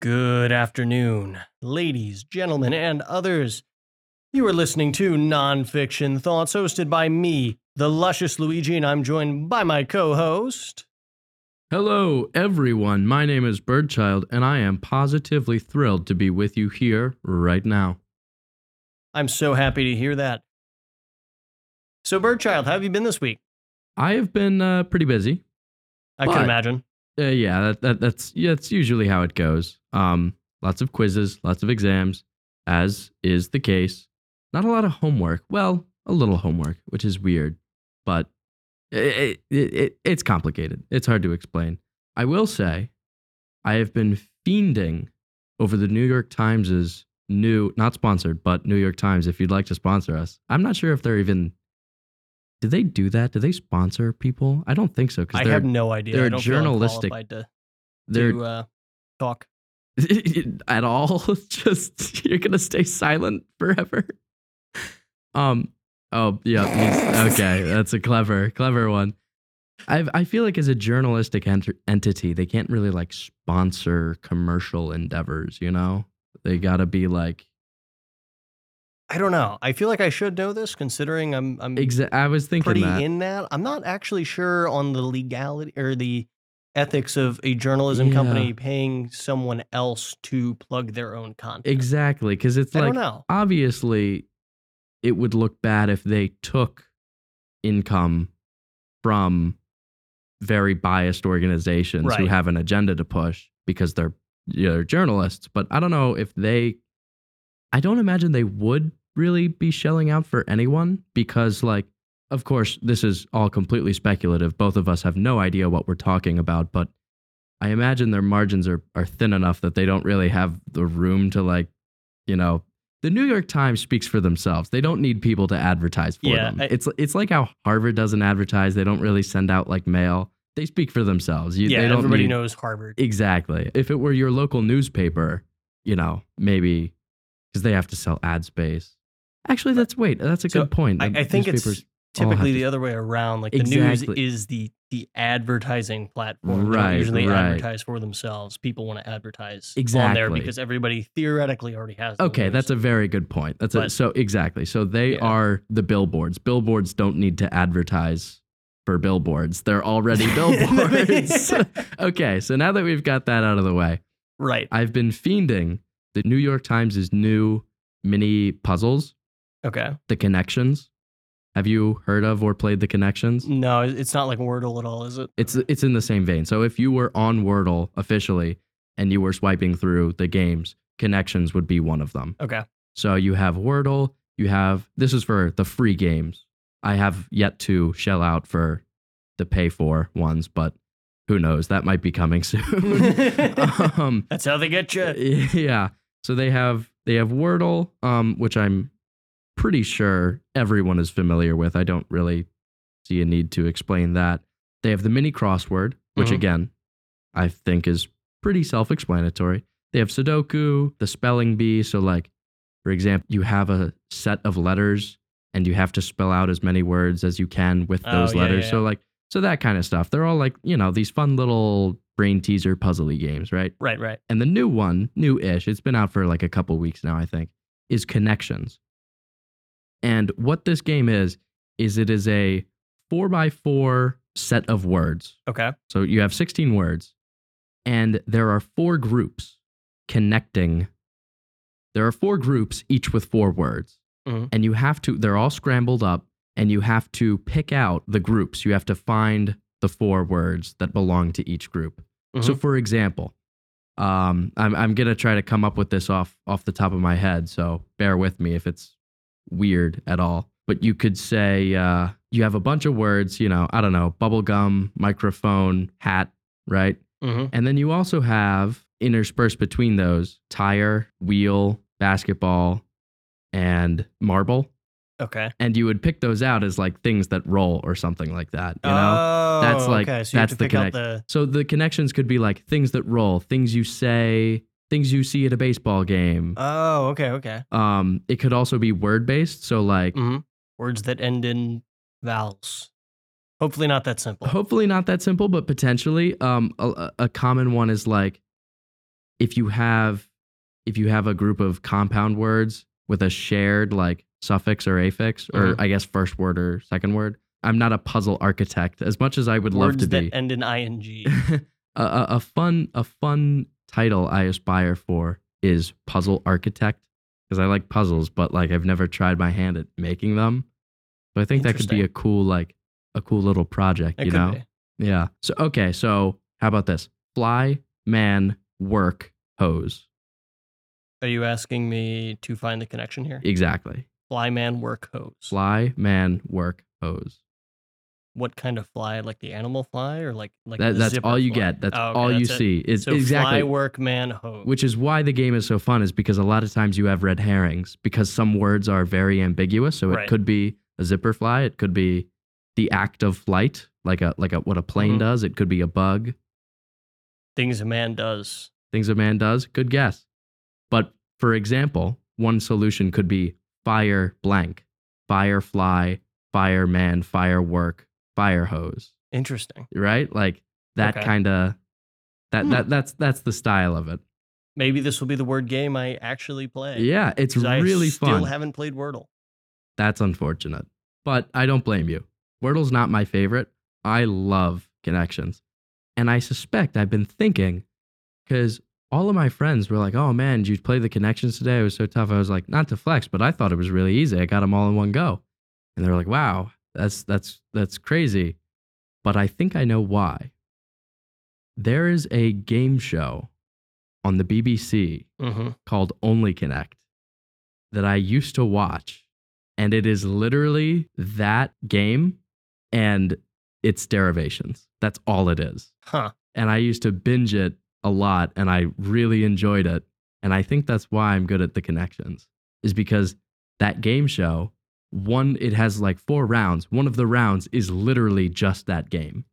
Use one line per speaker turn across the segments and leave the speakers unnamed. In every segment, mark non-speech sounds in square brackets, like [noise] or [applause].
Good afternoon, ladies, gentlemen, and others. You are listening to Nonfiction Thoughts, hosted by me, the luscious Luigi, and I'm joined by my co host.
Hello, everyone. My name is Birdchild, and I am positively thrilled to be with you here right now.
I'm so happy to hear that. So, Birdchild, how have you been this week?
I have been uh, pretty busy.
I can
But-
imagine.
Uh, yeah, that, that, that's yeah, that's usually how it goes. Um, lots of quizzes, lots of exams, as is the case. Not a lot of homework. Well, a little homework, which is weird, but it, it, it, it's complicated. It's hard to explain. I will say, I have been fiending over the New York Times's new, not sponsored, but New York Times. If you'd like to sponsor us, I'm not sure if they're even. Do they do that? Do they sponsor people? I don't think so. 'cause
I
they're-
have no idea.
they're
I don't feel I'm
journalistic.
qualified to,
they're
to, uh, talk.
[laughs] at all just you're gonna stay silent forever um oh yeah
[laughs]
he's- okay that's a clever clever one i i feel like as a journalistic ent- entity they can't really like sponsor commercial endeavors you know they gotta be like
I don't know. I feel like I should know this, considering I'm I'm
exa- i was thinking
pretty
that
in that. I'm not actually sure on the legality or the ethics of a journalism
Yeah.
company paying someone else to plug their own content.
exactly because it's
I
like
don't know.
obviously it would look bad if they took income from very biased organizations who
Right.
have an agenda to push because they're you know, journalists but i don't know if they i don't imagine they would really be shelling out for anyone because like of course this is all completely speculative both of us have no idea what we're talking about but i imagine their margins are, are thin enough that they don't really have the room to like you know the New York Times speaks for themselves. They don't need people to advertise for
Yeah,
them.
I-
it's it's like how Harvard doesn't advertise. They don't really send out like mail. They speak for themselves. You,
yeah,
they don't
everybody
need-
knows Harvard.
exactly. If it were your local newspaper, you know, maybe because they have to sell ad space. Actually, that's wait, that's a
So,
good point.
I,
The
I think it's
newspapers- all have
typically
to-
the other way around. Like the
Exactly.
news is the the advertising platform. They
Right,
don't usually
right.
advertise for themselves. People want to advertise on there
Exactly.
because everybody theoretically already has. the
Okay,
news.
that's a very good point. That's a,
But-
so exactly. So they
Yeah.
are the billboards. Billboards don't need to advertise for billboards.
[laughs]
They're already billboards. okay, so now that we've got that out of the way,
right.
I've been fiending the New York Times' new mini puzzles,
Okay.
The Connections. Have you heard of or played The Connections?
No, it's not like Wordle at all, is it?
It's it's in the same vein. So if you were on Wordle officially and you were swiping through the games, Connections would be one of them.
okay.
So you have Wordle, you have this is for the free games. I have yet to shell out for the pay for ones, but who knows? That might be coming soon. [laughs] um,
That's how they get you.
[laughs] yeah. So they have they have Wordle, um, which I'm pretty sure everyone is familiar with. I don't really see a need to explain that. They have the mini crossword, which
Mhm.
again I think is pretty self-explanatory. They have Sudoku, the spelling bee. So like, for example, you have a set of letters and you have to spell out as many words as you can with
Oh,
those
yeah,
letters.
yeah,
So like, so that kind of stuff. They're all like, you know, these fun little brain teaser puzzly games, right?
Right, right.
And the new one, new ish, it's been out for like a couple weeks now, I think, is Connections. And what this game is, is it is a four by four set of words.
Okay.
So you have 16 words, and there are four groups connecting. There are four groups, each with four words.
Mhm.
And you have to, they're all scrambled up, and you have to pick out the groups. You have to find the four words that belong to each group. So, for example, um, I'm, I'm going to try to come up with this off, off the top of my head. So, bear with me if it's weird at all. But you could say uh, you have a bunch of words, you know, I don't know, bubblegum, microphone, hat, right?
Mm-hmm.
And then you also have interspersed between those tire, wheel, basketball, and marble.
Okay.
And you would pick those out as like things that roll or something like that, you know?
oh,
That's like-
okay. So you have
that's
to
the
pick
connect-
out the
So the connections could be like things that roll, things you say, things you see at a baseball game.
Oh, okay, okay.
Um, it could also be word based. So like,
Mhm. Words that end in vowels. Hopefully not that simple.
hopefully not that simple, but potentially, um, a, a common one is like if you have if you have a group of compound words with a shared like suffix or affix or
Mhm.
I guess first word or second word. I'm not a puzzle architect as much as I would love
Words
to
that
be.
end in
[laughs]
ing.
a, a, a fun a fun title I aspire for is puzzle architect because I like puzzles, but like I've never tried my hand at making them. So I think that could be
Interesting.
a cool like a cool little project,
It
you
could
know?
be.
Yeah. So okay, so how about this? Fly man work hose.
Are you asking me to find the connection here?
Exactly.
Fly man work hose.
Fly man work hose.
What kind of fly? Like the animal fly or like like
That,
the
that's
zipper
all you
fly?
get. That's
Oh, okay,
all you
that's it.
see. It's
So
exactly
fly work man hose.
which is why the game is so fun is because a lot of times you have red herrings because some words are very ambiguous so it
Right.
could be a zipper fly it could be the act of flight like a like a what a plane
Mhm.
does it could be a bug
things a man does.
things a man does good guess but for example one solution could be fire blank firefly fireman firework fire hose
Interesting.
right like that
Okay.
kind of that,
Hmm.
that that's that's the style of it
Maybe this will be the word game I actually play.
yeah it's
'Cause I
really
still
fun
haven't played Wordle.
That's unfortunate. But I don't blame you. Wordle's not my favorite. I love connections. And I suspect I've been thinking, because all of my friends were like, oh man, did you play the connections today? It was so tough. I was like, not to flex, but I thought it was really easy. I got them all in one go. And they were like, wow, that's that's that's crazy. But I think I know why. There is a game show on the BBC
Mm-hmm.
called Only Connect that I used to watch. And it is literally that game and its derivations. That's all it is.
Huh.
And I used to binge it a lot and I really enjoyed it. And I think that's why I'm good at the connections, is because that game show, one, it has like four rounds. One of the rounds is literally just that game.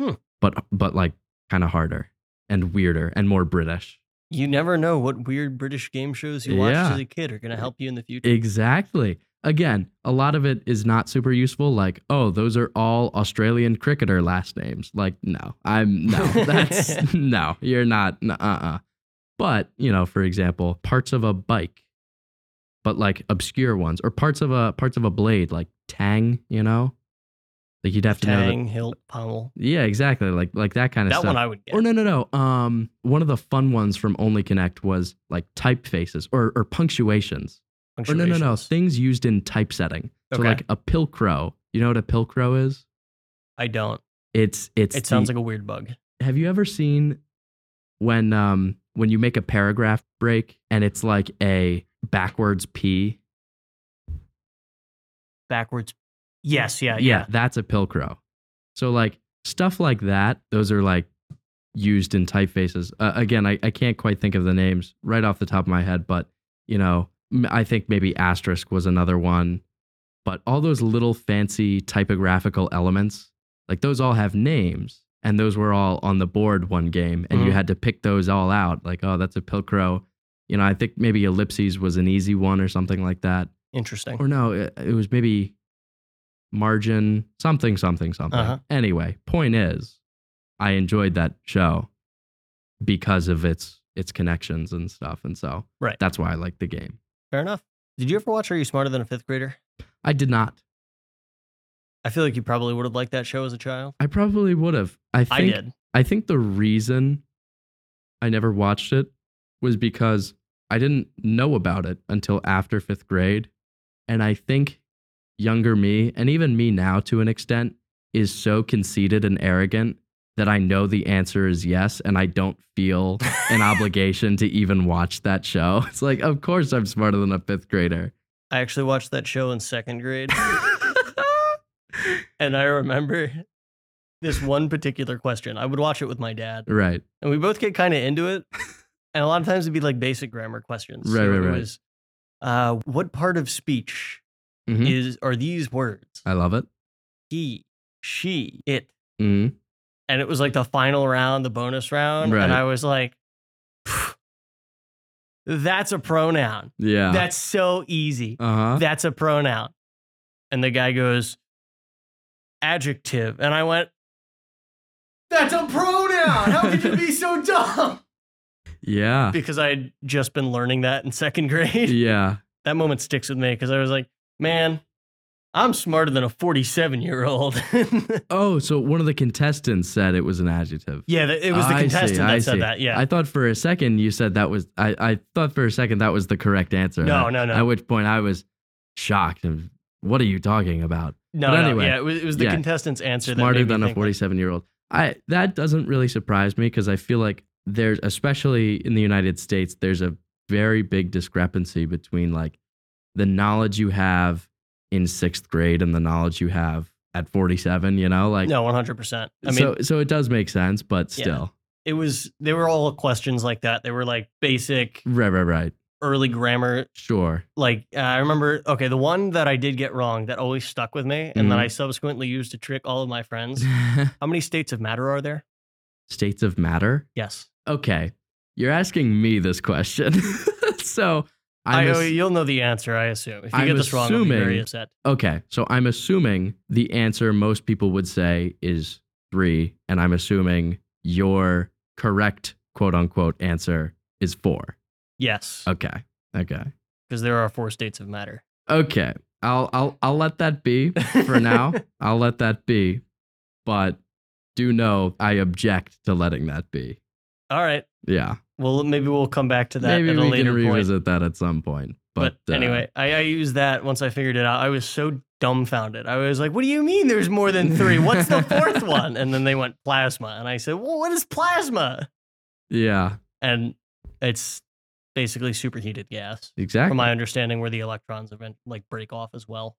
Hmm.
But but like kind of harder and weirder and more British.
You never know what weird British game shows you watched
Yeah.
as a kid are going to help you in the future.
Exactly. Again, a lot of it is not super useful. Like, oh, those are all Australian cricketer last names. Like, no,
[laughs]
I'm no, that's no, you're not. Uh uh But, you know, for example, parts of a bike, but like obscure ones or parts of a parts of a blade, like tang, you know, like you'd have to know. That,
Tang, hilt, pommel.
yeah, exactly. Like, like that kind of
That
stuff.
one I would get.
Or no, no, no. Um, one of the fun ones from Only Connect was like typefaces or or punctuations. Or no, no, no.
Punctuations.
Things used in typesetting. So
Okay.
like a pilcrow. You know what a pilcrow is?
I don't.
It's it's.
It sounds like a weird bug.
Have you ever seen when um when you make a paragraph break and it's like a backwards p?
Backwards. Yes. Yeah.
that's a pilcrow. So like stuff like that. Those are like used in typefaces. Uh, again, I I can't quite think of the names right off the top of my head, but you know m- I think maybe asterisk was another one. But all those little fancy typographical elements, like those all have names, and those were all on the board one game, and you
Mhm.
had to pick those all out. Like, oh, that's a pilcrow. You know, I think maybe ellipses was an easy one or something like that.
Interesting.
Or no, it, it was maybe margin something something something.
Uh-huh.
Anyway, point is, I enjoyed that show because of its its connections and stuff, and so
Right.
that's why I like the game.
Fair enough. Did you ever watch Are You Smarter Than a Fifth Grader?
I did not.
I feel like you probably would have liked that show as a child.
I probably would have. I
I
[laughs] think
did.
I think the reason I never watched it was because I didn't know about it until after fifth grade. And I think younger me, and even me now to an extent, is so conceited and arrogant that I know the answer is yes. And I don't feel an obligation to even watch that show. [laughs] It's like, of course, I'm smarter than a fifth grader.
I actually watched that show in second
[laughs]
grade. and I remember this one particular question. I would watch it with my dad,
right.
and we both get kind of into it. And a lot of times it'd be like basic grammar questions.
Right, right,
it
right.
was, uh, what part of speech
Mhm.
is are these words?
I love it.
He, she, it.
Mhm.
And it was like the final round, the bonus round.
Right.
And I was like, "Phew, that's a pronoun.
Yeah.
That's so easy.
uh huh.
That's a pronoun. And the guy goes, adjective. And I went, that's a pronoun. How could you be so [laughs] dumb?
Yeah.
[laughs] because I had just been learning that in second grade.
Yeah.
[laughs] That moment sticks with me because I was like, man, I'm smarter than a 47 year [laughs] old.
Oh, so one of the contestants said it was an adjective.
yeah, that- it was the
I see,
contestant that
I
said
see.
that. Yeah.
I thought for a second you said that was I, I thought for a second that was the correct answer.
No, no, no.
At which point I was shocked and what are you talking about?
no,
but
no,
anyway,
yeah, it was, it was the
yeah.
contestant's answer
Smarter
that made me
than a
think, like,
47 year old. I that doesn't really surprise me because I feel like there's especially in the United States, there's a very big discrepancy between like the knowledge you have in sixth grade and the knowledge you have at 47, you know, like
no, 100%. I mean,
so, so it does make sense, but
Yeah.
still.
it was, they were all questions like that. They were like basic
Right, right, right.
early grammar
Sure.
like uh, I remember okay, the one that I did get wrong that always stuck with me and
Mm-hmm.
that I subsequently used to trick all of my
[laughs]
friends. How many states of matter are there?
States of matter?
Yes.
Okay. You're asking me this question. [laughs] so
I,
I'm ass-
you'll know the answer, I assume. If you
I'm
get this wrong, I'll be very
assuming-
upset.
okay. So I'm assuming the answer most people would say is three, and I'm assuming your correct quote unquote answer is four.
Yes.
Okay. Okay.
Because there are four states of matter.
Okay. I'll I'll I'll let that be for now. I'll let that be. But do know I object to letting that be.
[laughs] all right.
Yeah.
Well maybe we'll come back to that
Maybe
at a
we
later
can
point.
revisit that at some point.
But,
But, uh,
anyway, I, I used that once I figured it out. I was so dumbfounded. I was like, what do you mean there's more than three? What's the
[laughs]
fourth one? And then they went plasma. And I said, well, what is plasma?
Yeah,
And it's basically superheated gas.
exactly.
from my understanding, where the electrons event like break off as well.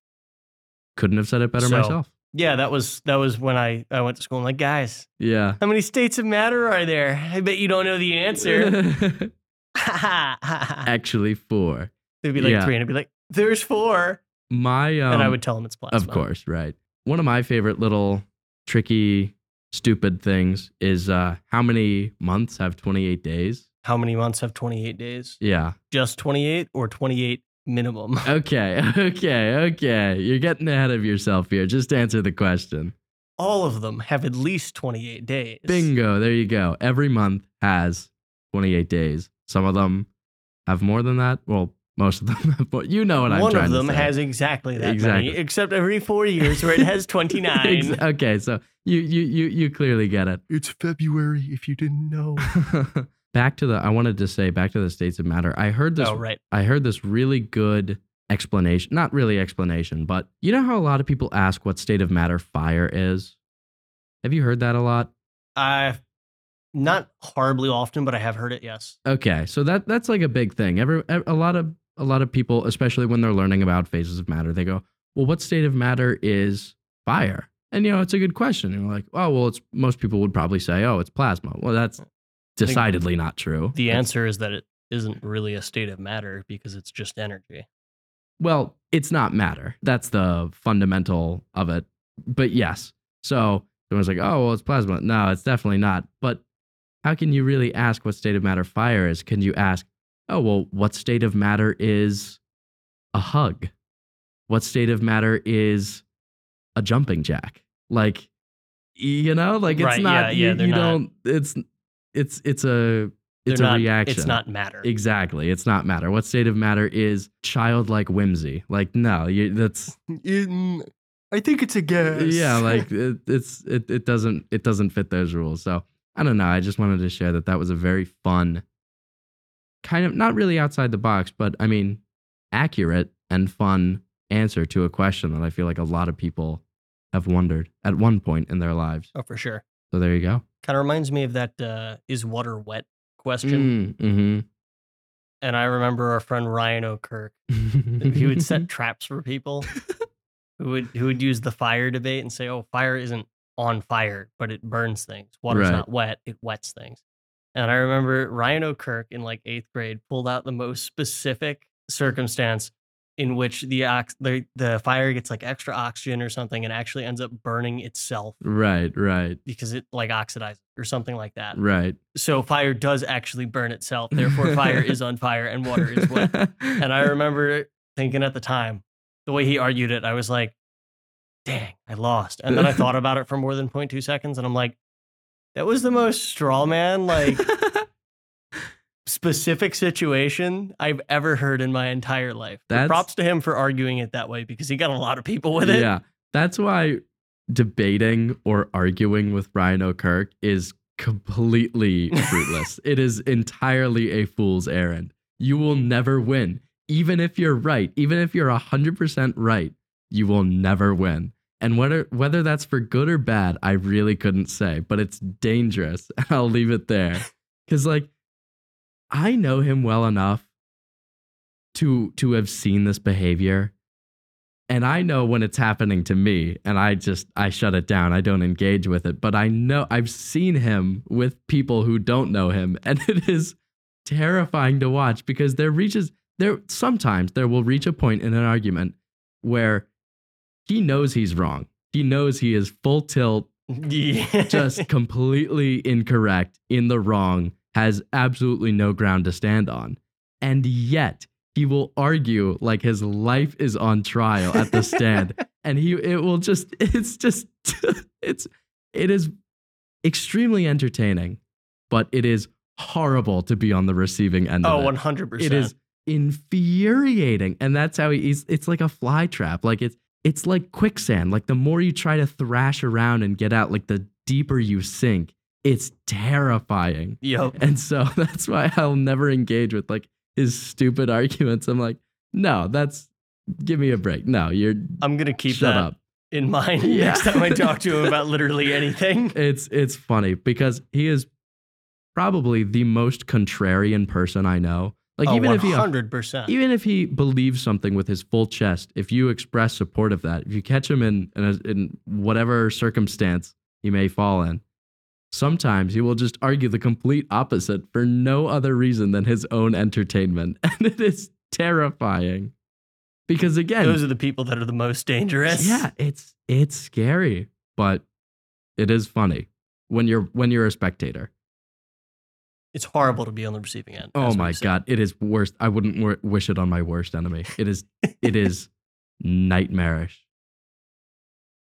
Couldn't have said it better
So-
myself.
Yeah, that was that was when I I went to school. and like, guys,
Yeah.
how many states of matter are there? I bet you don't know
[laughs]
the answer. [laughs] They'd
[laughs] Actually, four.
be like
Yeah.
three, and I'd be like, there's four,
My um,
and I would tell them it's plasma.
of course, right. One of my favorite little tricky, stupid things is uh, how many months have twenty eight days?
How many months have 28 days?
Yeah.
Just 28 or 28 minimum? [laughs]
Okay. [laughs] Okay. Okay. You're getting ahead of yourself here. Just answer the question.
All of them have at least 28 days.
Bingo. There you go. Every month has 28 days. Some of them have more than that. Well, most of them [laughs] have more. You know what I'm
One
trying
of
to
them
say.
has exactly that
Exactly.
many, except every four years where it
[laughs]
has 29.
Ex- okay, so you you you you clearly
[laughs]
get it.
It's February if you didn't know.
back to the I wanted to say back to the states of matter. I heard this
Oh, right.
I heard this really good explanation, not really explanation, but you know how a lot of people ask what state of matter fire is? Have you heard that a lot?
I not horribly often, but I have heard it. Yes.
Okay, so that that's like a big thing. Every ev- a lot of a lot of people, especially when they're learning about phases of matter, they go, "Well, what state of matter is fire?" And you know, it's a good question. And you're like, "Oh, well, it's most people would probably say, "Oh, it's plasma." Well, that's decidedly not true.
The
It's-
answer is that it isn't really a state of matter because it's just energy.
Well, it's not matter. That's the fundamental of it. But yes. So someone's like, oh, well, it's plasma. No, it's definitely not. But how can you really ask what state of matter fire is? Can you ask, oh, well, what state of matter is a hug? What state of matter is a jumping jack? Like, you know, like it's
Right,
not,
yeah, yeah,
you,
they're
you
not-
don't, it's, it's, it's a, it's
They're
a
not,
reaction.
It's not matter.
Exactly. It's not matter. What state of matter is childlike whimsy? Like, no, you, that's
In, mm, I think it's a gas.
yeah, like it, it's it, it doesn't it doesn't fit those rules. So I don't know. I just wanted to share that that was a very fun, kind of not really outside the box, but I mean, accurate and fun answer to a question that I feel like a lot of people have wondered at one point in their lives.
oh, for sure.
So there you go.
Kind of reminds me of that uh, is water wet question.
Mm,
And I remember our friend Ryan O'Kirk.
mhm.
He would set traps for people who would who would use the fire debate and say, "Oh, fire isn't on fire, but it burns things. Water's
Right.
not wet; it wets things." And I remember Ryan O'Kirk in like eighth grade pulled out the most specific circumstance in which the ox- the, the fire gets like extra oxygen or something and actually ends up burning itself
[laughs] right, right,
because it like oxidizes or something like that.
right.
So fire does actually burn itself. Therefore, fire is on fire and water is wet
[laughs]
and I remember thinking at the time, the way he argued it, I was like, dang, I lost. And then I thought about it for more than [laughs]
[laughs]
0.2 seconds and I'm like, that was the most straw man, like specific situation I've ever heard in my entire life. But
That's-
Props to him for arguing it that way because he got a lot of people with it.
Yeah. That's why debating or arguing with Ryan O'Kirk is completely fruitless. it is entirely a fool's errand. You will never win. Even if you're right, even if you're 100% right, you will never win. And whether, whether that's for good or bad, I really couldn't say, but it's dangerous. [laughs] I'll leave it there. Because, like, I know him well enough to to have seen this behavior and I know when it's happening to me and I just I shut it down. I don't engage with it, but I know I've seen him with people who don't know him [laughs] and it is terrifying to watch because there reaches there sometimes there will reach a point in an argument where he knows he's wrong. He knows he is full tilt
[laughs] Yeah.
just completely incorrect, in the wrong, has absolutely no ground to stand on. And yet, he will argue like his life is on trial at the stand. and he it will just [laughs] it's just it's it is extremely entertaining, but it is horrible to be on the receiving end
oh,
of it.
100%.
It is infuriating, and that's how he eats. It's like a fly trap. Like it's it's like quicksand. Like the more you try to thrash around and get out, like the deeper you sink. It's terrifying,
Yup.
and so [laughs] that's why I'll never engage with like his stupid arguments. I'm like, no, that's give me a break. No, you're
I'm going to keep
shut
that
up.
in mind
[laughs] Yeah.
next time I talk to him about
[laughs]
literally anything.
It's it's funny because he is probably the most contrarian person I know. Like
oh,
even if he
100%.
even if he believes something with his full chest, if you express support of that, if you catch him in in, a, in whatever circumstance he may fall in, sometimes he will just argue the complete opposite for no other reason than his own entertainment, [laughs] and it is terrifying. Because again,
Those are the people that are the most dangerous.
yeah, it's it's scary, but it is funny when you're when you're a spectator.
It's horrible to be on the receiving end.
Oh
as
my
we've said.
god, it is worst. I wouldn't w- wish it on my worst enemy. It is
[laughs]
it is nightmarish.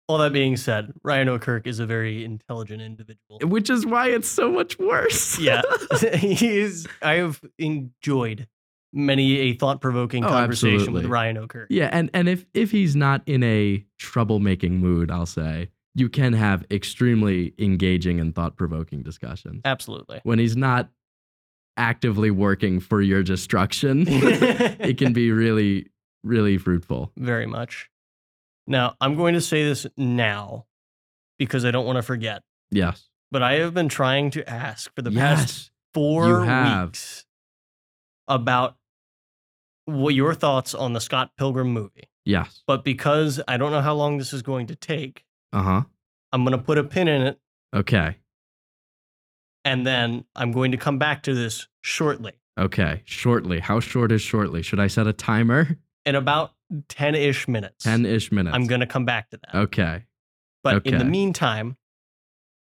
All that being said, Ryan O'Kirk is a very intelligent individual.
which is why it's so much worse. [laughs]
yeah. [laughs] he is I have enjoyed many a thought-provoking
Oh,
conversation with
absolutely.
Ryan O'Kirk.
yeah, and and if if he's not in a troublemaking mood, I'll say you can have extremely engaging and thought provoking discussions
Uh, Absolutely.
when he's not actively working for
[laughs]
your destruction. [laughs] it can be really really fruitful.
very much. Now, I'm going to say this now because I don't want to forget,
Yes.
but I have been trying to ask for the past
yes.
four
have.
weeks about what your thoughts on the Scott Pilgrim movie.
Yes.
But because I don't know how long this is going to take,
Uh huh.
I'm going to put a pin in it
Okay.
and then I'm going to come back to this shortly
Okay. Shortly. How short is shortly? Should I set a timer?
in about 10 ish minutes.
Ten ish minutes.
I'm going to come back to that.
Okay.
But in the
okay.
meantime,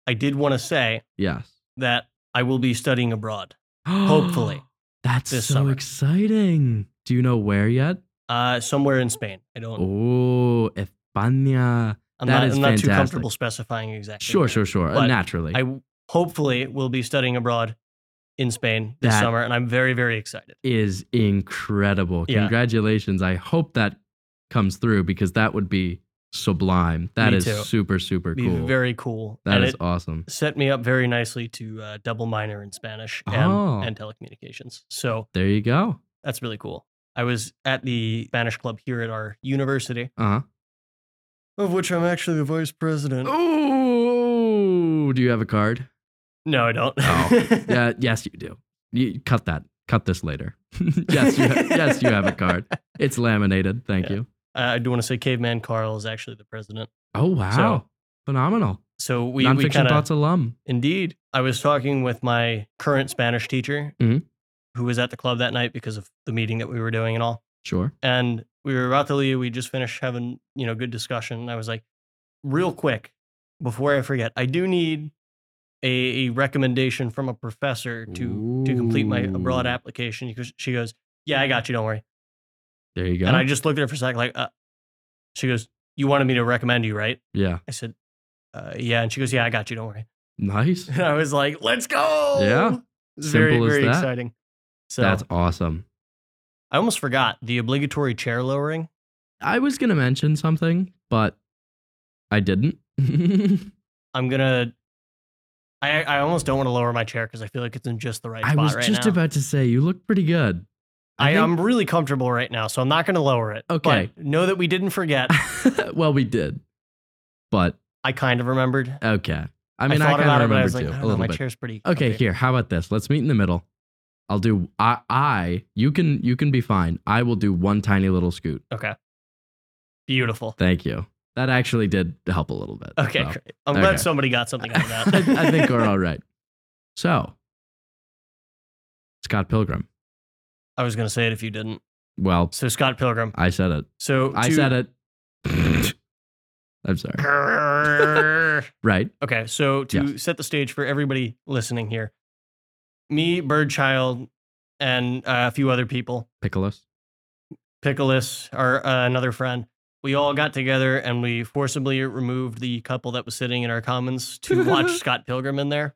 I did want to say
Yes.
that I will be studying abroad, hopefully,
[gasps] That's
this
so
summer.
exciting. Do you know where yet?
uh, somewhere in Spain. I don't.
Oh, España.
I'm
that
not,
is
I'm not too
fantastic.
comfortable specifying exactly.
Sure,
where.
sure, sure. Uh,
But
Naturally.
I w- hopefully will be studying abroad in Spain this
That-
summer, and I'm very, very excited.
is incredible.
Yeah.
Congratulations. I hope that comes through because that would be sublime. That
Me
is
too.
super, super
Be
cool.
very cool.
that
and
is
it
awesome.
set me up very nicely to uh, double minor in Spanish and,
Oh.
and telecommunications. So
There you go.
that's really cool. I was at the Spanish club here at our university,
Uh
of which I'm actually the vice president.
huh. Ooh, do you have
[laughs]
a card?
No, I don't. [laughs]
Oh. Yeah, yes, you do. You cut that. Cut this later. [laughs] yes, you ha- yes, you have a card. It's laminated. Thank
Yeah.
you.
I do want to say Caveman Carl is actually the president.
Oh wow, phenomenal!
So we, we
Nonfiction
kind of
thoughts alum.
Indeed. I was talking with my current Spanish teacher
Mhm.
who was at the club that night because of the meeting that we were doing and all.
Sure.
And we were about to leave. We just finished having, you know, good discussion. And I was like, real quick, before I forget, I do need a, a recommendation from a professor to to complete my abroad
Ooh.
application. Because she goes, Yeah, I got you, don't worry.
There you go.
And I just looked at her for a second, like, uh, she goes, You wanted me to recommend you, right?
yeah.
I said, uh, yeah. And she goes, Yeah, I got you. Don't worry. [laughs]
Nice.
And I was like, let's go.
Yeah.
It's very,
Simple as
very
that.
exciting. So
That's awesome.
I almost forgot the obligatory chair lowering.
I was gonna mention something, but I didn't. [laughs]
I'm gonna. I I almost don't want to lower my chair because I feel like it's in just the right
I
spot
was
right
just
now.
about to say you look pretty good. [laughs]
I,
think-
am really comfortable right now, so I'm not gonna lower it.
Okay.
But know that we didn't forget.
well, we did, but
I kind of remembered.
okay. I mean, I,
thought
kind
about
of
it, but I
remember
was like, I
too
don't
a
know,
little
my
bit.
chair's pretty.
Okay,
comfy.
here. How about this? Let's meet in the middle. I'll do. I. I. You can. You can be fine. I will do one tiny little scoot.
Okay. Beautiful.
Thank you. That actually did help a little bit.
Okay,
so.
great. I'm glad
okay.
somebody got something out of that.
I
[laughs]
think we're all right. So, Scott Pilgrim.
I was gonna say it if you didn't.
Well,
So Scott Pilgrim.
I said it.
So
I
to-
said it. I'm sorry.
[laughs]
Right.
Okay, so to set the stage for everybody listening here, me, Birdchild, and uh, a few other people,
Piccolos.
Pickles, our uh, another friend, we all got together and we forcibly removed the couple that was sitting in our commons to watch Scott Pilgrim in there,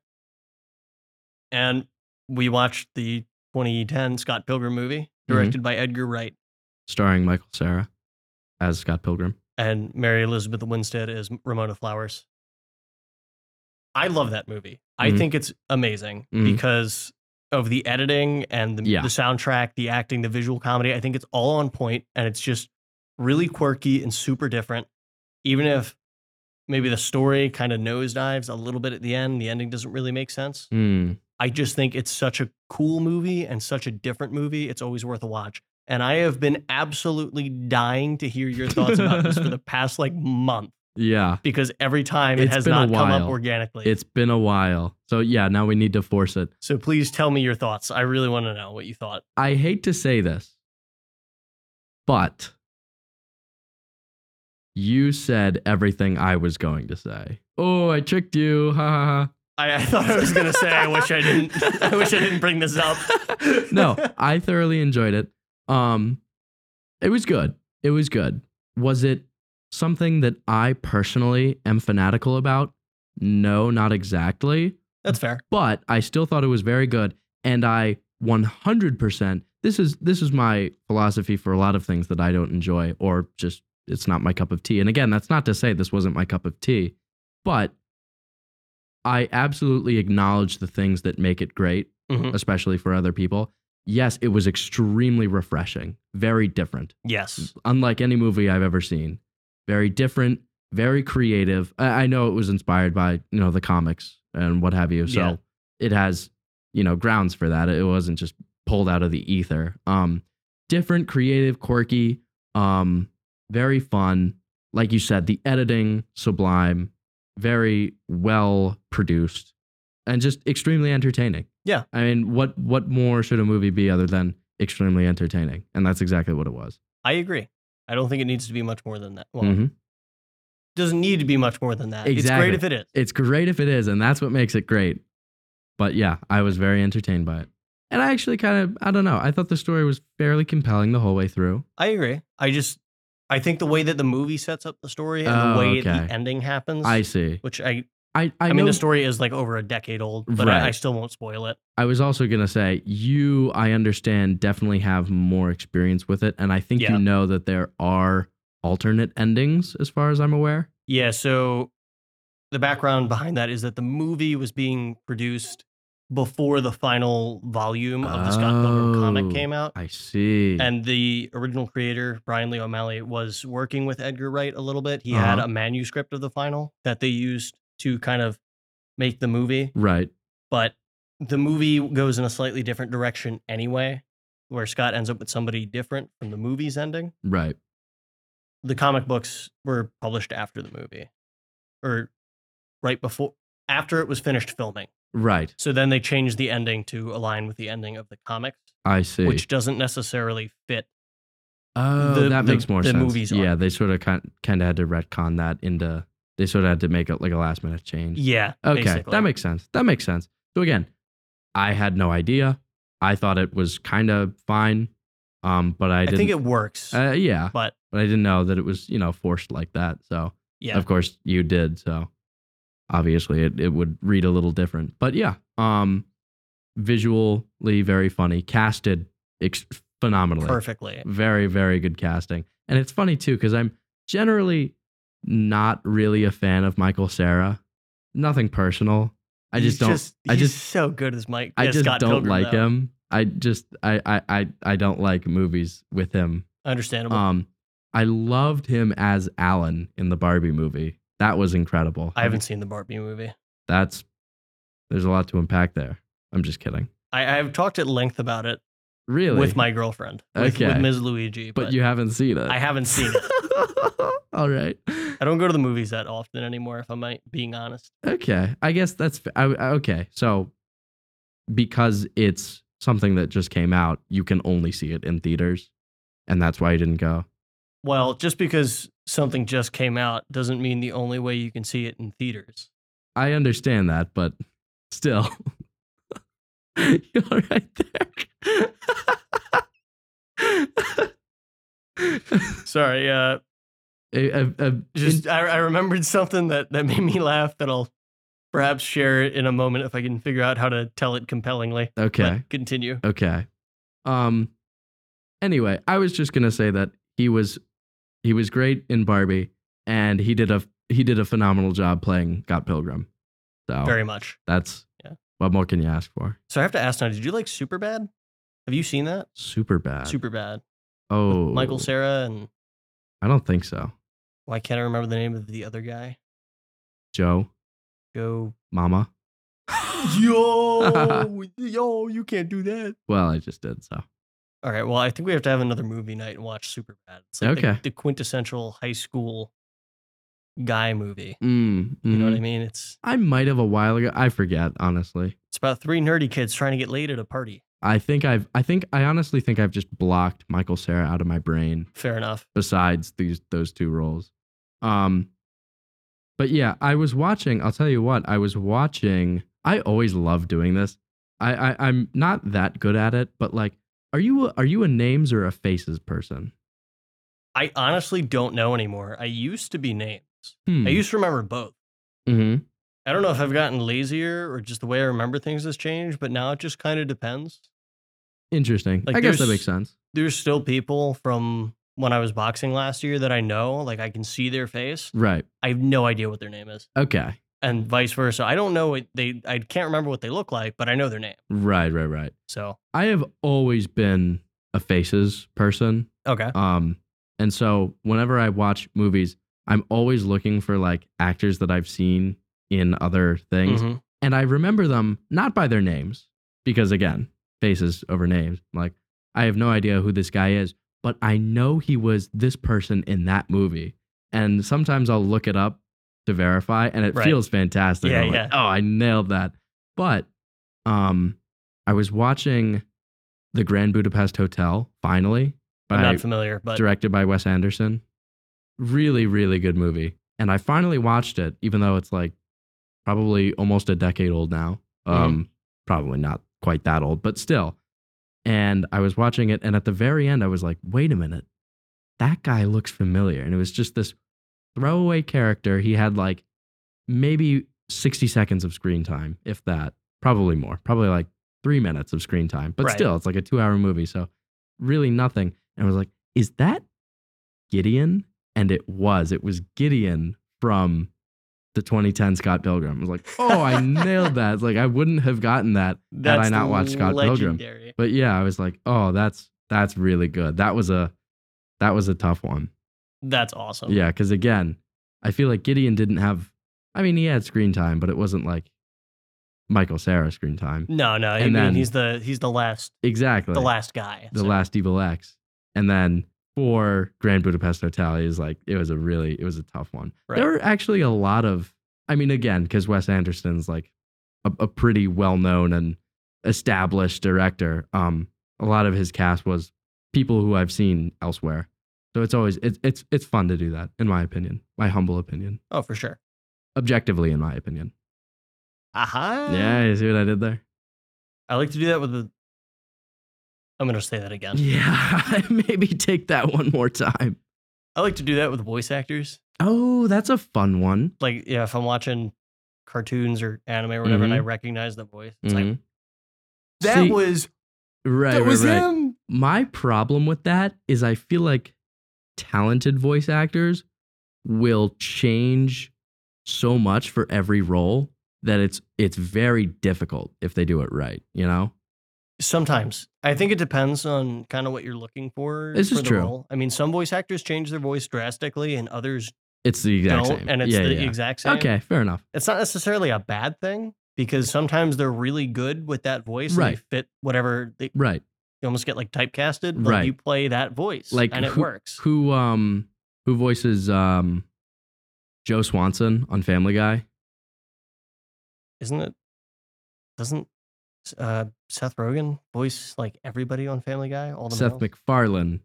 and we watched the 2010 Scott Pilgrim movie directed by Edgar Wright
Starring Michael Sarah as Scott Pilgrim.
and Mary Elizabeth Winstead as Ramona Flowers. I love that movie. I
Mhm.
think it's amazing
Mhm.
because of the editing and the,
Yeah.
the soundtrack, the acting, the visual comedy. I think it's all on point and it's just really quirky and super different. Even if maybe the story kind of nosedives a little bit at the end, the ending doesn't really make sense.
Hmm.
I just think it's such a cool movie and such a different movie. It's always worth a watch. And I have been absolutely dying to hear your thoughts about this
[laughs]
for the past like month
Yeah.
because every time it
It's
has
been a
not come up
while.
organically.
It's been a while. So, yeah, now we need to force it.
so please tell me your thoughts. I really want to know what you thought.
I hate to say this, but you said everything I was going to say. Oh, I tricked you. Ha ha ha.
I, I thought I was going to say I wish I didn't. [laughs] I wish I didn't bring this up.
[laughs] no, I thoroughly enjoyed it. Um, it was good. It was good. Was it something that I personally am fanatical about? No, not exactly.
[laughs] That's fair.
But I still thought it was very good, and I 100%. This is this is my philosophy for a lot of things that I don't enjoy, or just it's not my cup of tea. And again, that's not to say this wasn't my cup of tea, but I absolutely acknowledge the things that make it great
Mhm.
especially for other people. Yes, it was extremely refreshing, very different,
Yes.
unlike any movie I've ever seen. Very different, very creative. I, I know it was inspired by you know the comics and what have you, so
Yeah.
it has you know grounds for that. It wasn't just pulled out of the ether. Um, different, creative, quirky, um, very fun. Like you said, the editing sublime, very well produced, and just extremely entertaining.
Yeah.
I mean, what what more should a movie be other than extremely entertaining? And that's exactly what it was.
I agree. I don't think it needs to be much more than that. Well,
Mhm.
doesn't need to be much more than that.
Exactly.
It's great if it is.
It's great if it is, and that's what makes it great. But yeah, I was very entertained by it. And I actually kind of, I don't know, I thought the story was fairly compelling the whole way through.
I agree. I just I think the way that the movie sets up the story and the
Oh,
way
okay.
the ending happens,
I see.
which I
I, I,
I,
know,
mean the story is like over a decade old, but I, I
Right.
still won't spoil it.
I was also going to say, you, I understand, definitely have more experience with it. And I think
Yeah.
you know that there are alternate endings, as far as I'm aware.
Yeah, so the background behind that is that the movie was being produced before the final volume of the Scott Pilgrim
Oh.
comic came out.
I see.
And the original creator, Brian Lee O'Malley, was working with Edgar Wright a little bit. He had
Uh-huh.
a manuscript of the final that they used to kind of make the movie.
right.
but the movie goes in a slightly different direction anyway, where Scott ends up with somebody different from the movie's ending.
Right.
The comic books were published after the movie or right before, after it was finished filming.
Right.
So then they changed the ending to align with the ending of the comics,
I see.
which doesn't necessarily fit.
Oh,
the-
that
the-
makes more
the
sense.
movies
yeah,
are.
they sort of kind kind of had to retcon that into. They sort of had to make it like a last minute change.
Yeah.
okay,
basically.
that makes sense. That makes sense. So again, I had no idea. I thought it was kind of fine, um, but I
I,
didn't.
think it works,
uh, yeah,
but
but I didn't know that it was you know forced like that. So
yeah.
of course you did. So obviously it, it would read a little different. But yeah, um, visually very funny, casted ex- phenomenally.
perfectly.
Very, very good casting. And it's funny too, because I'm generally not really a fan of Michael Sarah. Nothing personal. I
He's
just don't I
he's
just-
so good as Mike.
I
as
just
Scott
don't
Pilgrim,
like
though.
him. I just I, I I I don't like movies with him.
Understandable.
Um I loved him as Alan in the Barbie movie. That was incredible.
I haven't seen the Barbie movie.
that's there's a lot to unpack there. I'm just kidding.
I, I've talked at length about it
Really?
with my girlfriend, with, with
Okay.
Ms. Luigi, but,
But you haven't seen it.
I haven't seen it.
[laughs] All right.
I don't go to the movies that often anymore, if I'm uh, being honest.
Okay. I guess that's I, I- okay. So because it's something that just came out, you can only see it in theaters, and that's why you didn't go.
Well, just because something just came out doesn't mean the only way you can see it in theaters.
I understand that, but still. [laughs] You're right there.
Sorry, uh,
[laughs] A- a- a-
just I, I remembered something that, that made me laugh that I'll perhaps share in a moment if I can figure out how to tell it compellingly. But
okay.
continue.
Okay. Um anyway, I was just going to say that he was he was great in Barbie and he did a he did a phenomenal job playing Scott Pilgrim. So
Very much.
that's
Yeah.
what more can you ask for?
So I have to ask now, did you like Superbad? Have you seen that?
Super bad.
Superbad. with
Uh, oh.
Michael Sarah and
I don't think so.
why can't I remember the name of the other guy?
Joe,
Joe.
mama.
[laughs] yo, yo, you can't do that.
Well, I just did so.
All right. Well, I think we have to have another movie night and watch Superbad. It's like the,
Okay.
the quintessential high school guy movie.
Mm,
You know what
mhm.
I mean? It's
I might have a while ago. I forget, honestly.
it's about three nerdy kids trying to get laid at a party.
I think I've I think I honestly think I've just blocked Michael Sarah out of my brain.
Fair enough.
besides these those two roles. Um but yeah, I was watching, I'll tell you what, I was watching I always love doing this. I, I I'm not that good at it, but like are you a, are you a names or a faces person?
I honestly don't know anymore. I used to be names.
Hmm.
I used to remember both.
Mhm.
I don't know if I've gotten lazier or just the way I remember things has changed, but now it just kind of depends.
Interesting.
Like,
I guess that
there's-
makes sense.
There's still people from when I was boxing last year that I know, like I can see their face.
Right.
I have no idea what their name is.
Okay.
and vice versa. I don't know what they I can't remember what they look like, but I know their name.
Right, right, right.
So
I have always been a faces person.
okay,
Um, and so whenever I watch movies, I'm always looking for like actors that I've seen in other things,
Mhm.
and I remember them not by their names because again, faces over names. Like I have no idea who this guy is, but I know he was this person in that movie. And sometimes I'll look it up to verify, and it
Right.
feels fantastic.
Yeah,
I'm like,
yeah.
oh, I nailed that. But um, I was watching the Grand Budapest Hotel finally.
I'm
by-
not familiar, but
directed by Wes Anderson. Really, really good movie. And I finally watched it, even though it's like probably almost a decade old now. Um, Probably not quite that old, but still. And I was watching it, and at the very end, I was like, wait a minute, that guy looks familiar. And it was just this throwaway character. He had like maybe 60 seconds of screen time, if that, probably more, probably like three minutes of screen time. But
Right.
still, it's like a two hour movie. So really nothing. And I was like, is that Gideon? And it was. It was Gideon from the 2010 Scott Pilgrim. I was like, oh, I nailed that. It's like I wouldn't have gotten that
that's
I not watched Scott Pilgrim?
legendary.
but yeah, I was like, oh, that's that's really good. That was a that was a tough one.
That's awesome.
Yeah, because again, I feel like Gideon didn't have. I mean, he had screen time, but it wasn't like Michael Sarah screen time.
No, no. I mean,
And then-
he's the he's the last
Exactly.
the last guy.
The
so.
last Evil X, and then for Grand Budapest Hotel is like it was a really it was a tough one.
Right.
There were actually a lot of. I mean, again, because Wes Anderson's like a, a pretty well known and established director. Um, a lot of his cast was people who I've seen elsewhere. So it's always it's it's it's fun to do that, in my opinion, my humble opinion,
Oh, for sure.
objectively, in my opinion.
Aha.
Yeah, you see what I did there?
I like to do that with the. I'm gonna say that again.
[laughs] Yeah, [laughs] maybe take that one more time.
I like to do that with voice actors.
Oh, that's a fun one.
Like, yeah, Mm-hmm. if I'm watching cartoons or anime or whatever, and I recognize the voice, it's like,
Mhm.
That
Mm-hmm. See,
was
Right,
that
right,
was
right.
him.
My problem with that is I feel like talented voice actors will change so much for every role that it's it's very difficult if they do it right, you know?
Sometimes I think it depends on kind of what you're looking for.
This
for
is
the
true.
Role. I mean, some voice actors change their voice drastically, and others
It's the exact
don't,
same.
and it's
yeah,
the
yeah.
exact same.
Okay, fair enough.
it's not necessarily a bad thing because sometimes they're really good with that voice
Right.
and they fit whatever they
Right.
you almost get like typecasted like
Right.
you play that voice
Like,
and it
who-
works
Who um who voices um Joe Swanson on Family Guy?
isn't it doesn't uh seth rogen voice like everybody on family guy all the
Seth
males?
MacFarlane.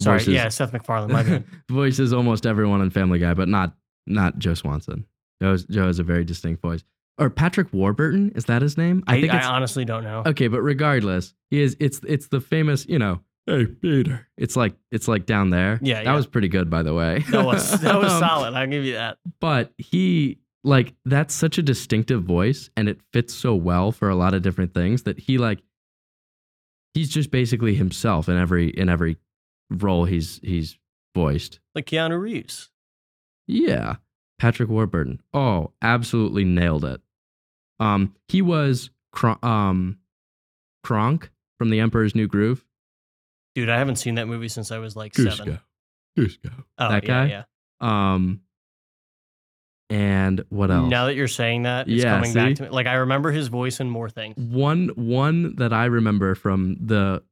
sorry
voices-
yeah seth mcfarlane my bad
[laughs] voices almost everyone on Family Guy, but not not Joe Swanson. Joe's, Joe has a very distinct voice. Or Patrick Warburton is that his name?
I,
think
I,
it's
honestly don't know
okay, but regardless, he is. It's it's the famous you know. Hey Peter. It's like it's like down there.
Yeah,
that
yeah.
was pretty good by the way.
that was
[laughs]
that was
Um,
solid i'll give you that
But he like that's such a distinctive voice, and it fits so well for a lot of different things that he like. He's just basically himself in every in every role he's he's voiced.
like keanu reeves
Yeah. Patrick Warburton. Oh, absolutely nailed it. Um, he was Kron- um, Kronk from The Emperor's New Groove.
dude i haven't seen that movie since i was like seven.
Cusco.
Oh,
That
yeah,
guy?
yeah
Um, and what else?
Now that you're saying that, it's
Yeah,
coming back
see? Mm,
to me. Like I remember his voice and more things.
one one that I remember from the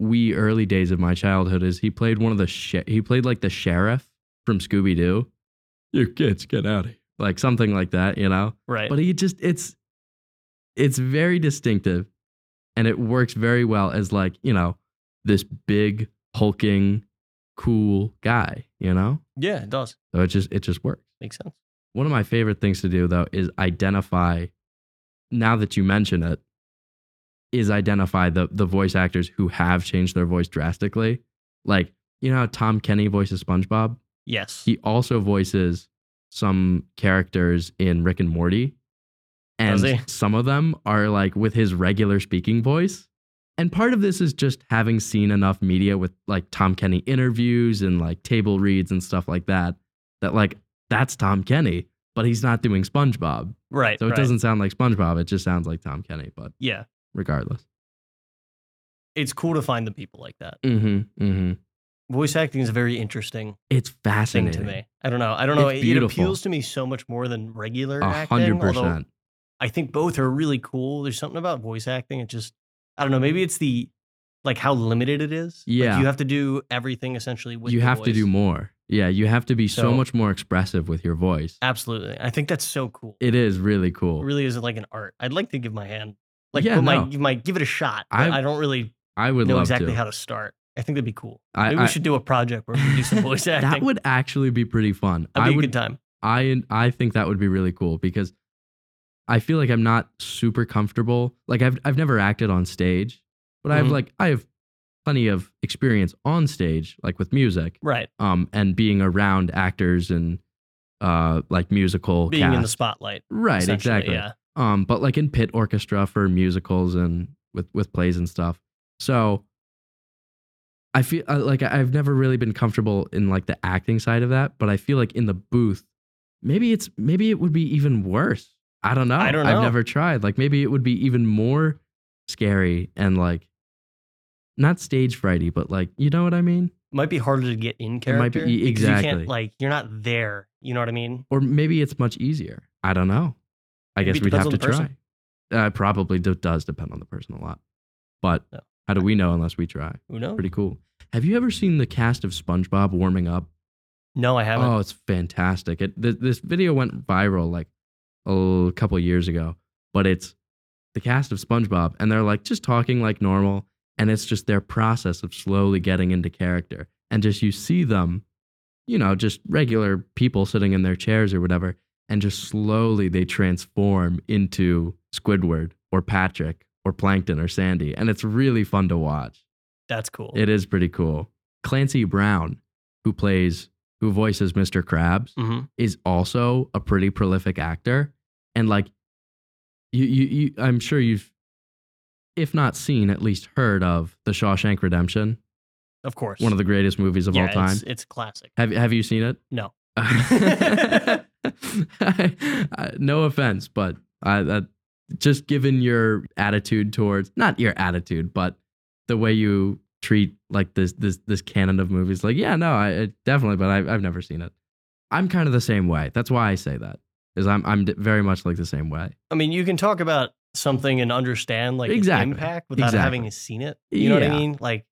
wee early days of my childhood is he played one of the sh- he played like the sheriff from Scooby Doo. Your kids get out of here. Like something like that, you know.
Right.
but he just it's it's very distinctive and it works very well as like you know this big hulking cool guy you know
yeah, it does.
so it just it just works
Makes sense.
one of my favorite things to do though is identify now that you mention it is identify the the voice actors who have changed their voice drastically like you know how tom kenny voices spongebob
Yes.
he also voices some characters in Rick and Morty. And
Does he?
some of them are like with his regular speaking voice. And part of this is just having seen enough media with like Tom Kenny interviews and like table reads and stuff like that, that like that's Tom Kenny, but he's not doing SpongeBob.
right.
So it
right.
doesn't sound like SpongeBob. It just sounds like Tom Kenny, but
Yeah.
regardless.
It's cool to find the people like that.
Mm-hmm. Mm-hmm.
Voice acting is a very interesting
It's
thing
fascinating.
to me. I don't know. I don't know. it,
It's
it
beautiful.
appeals to me so much more than regular
A
acting.
hundred
Although
percent.
I think both are really cool. There's something about voice acting. It just I don't know. Maybe it's the like how limited it is. Like,
Yeah.
you have to do everything essentially with
you
the
have to
voice.
do more. Yeah, you have to be so,
So-
much more expressive with your voice.
Absolutely. I think that's so cool.
It is really cool.
It really is like an art. I'd like to give my hand, like,
Yeah,
put my,
no.
give my, give it a shot. but
I
I, don't really
I would
know
love
exactly
to.
how to start. I think that'd be cool.
I,
Maybe
I-
we should do a project where we do
[laughs]
some voice acting.
That would actually be pretty fun.
That'd
I
be a
would.
good time.
I I think that would be really cool because I feel like I'm not super comfortable. Like I've I've never acted on stage, but I've
Mhm.
like I have plenty of experience on stage, like with music,
Right.
um, and being around actors and uh like musical
Being in the
cast.
spotlight.
right
essentially,
exactly
Yeah.
um, but like in pit orchestra for musicals and with with plays and stuff. So I feel uh, like I- I've never really been comfortable in like the acting side of that, but I feel like in the booth, maybe it's maybe it would be even worse. I don't know.
I don't know.
I've never tried. Like maybe it would be even more scary and like not stage frighty, but like you know what I mean.
Might be harder to get in
It might
character.
be- e,
because You
exactly.
can't, like, you're not there. You know what I mean?
Or maybe it's much easier. I don't know. I
Maybe
guess
it
we'd
depends
have
on
to
the person.
try. Uh, probably do, does depend on the person a lot. But
Yeah.
how do we know unless we try?
Who knows?
Pretty cool. Have you ever seen the cast of SpongeBob warming up?
No, I haven't.
Oh, it's fantastic. It, th- this video went viral like a couple years ago, but it's the cast of SpongeBob and they're like just talking like normal and it's just their process of slowly getting into character. And just you see them, you know, just regular people sitting in their chairs or whatever, and just slowly they transform into Squidward or Patrick or Plankton or Sandy. And it's really fun to watch.
That's cool.
It is pretty cool. Clancy Brown, who plays, who voices Mr. Krabs,
hmm
is also a pretty prolific actor. And like, you, you, you I'm sure you've, if not seen, at least heard of The Shawshank Redemption,
Of course.
one of the greatest movies of
yeah,
all time.
It's, it's classic.
Have Have you seen it?
No.
[laughs] I- I- no offense, but I, that just given your attitude towards not your attitude, but the way you treat like this this this canon of movies, like yeah, no, I I- definitely, but I've I've never seen it. I'm kind of the same way. That's why I say that is I'm I'm d- very much like the same way.
I mean, you can talk about something and understand like its
Exactly.
impact without
Exactly.
having seen it. You know what
Yeah.
I mean? Like,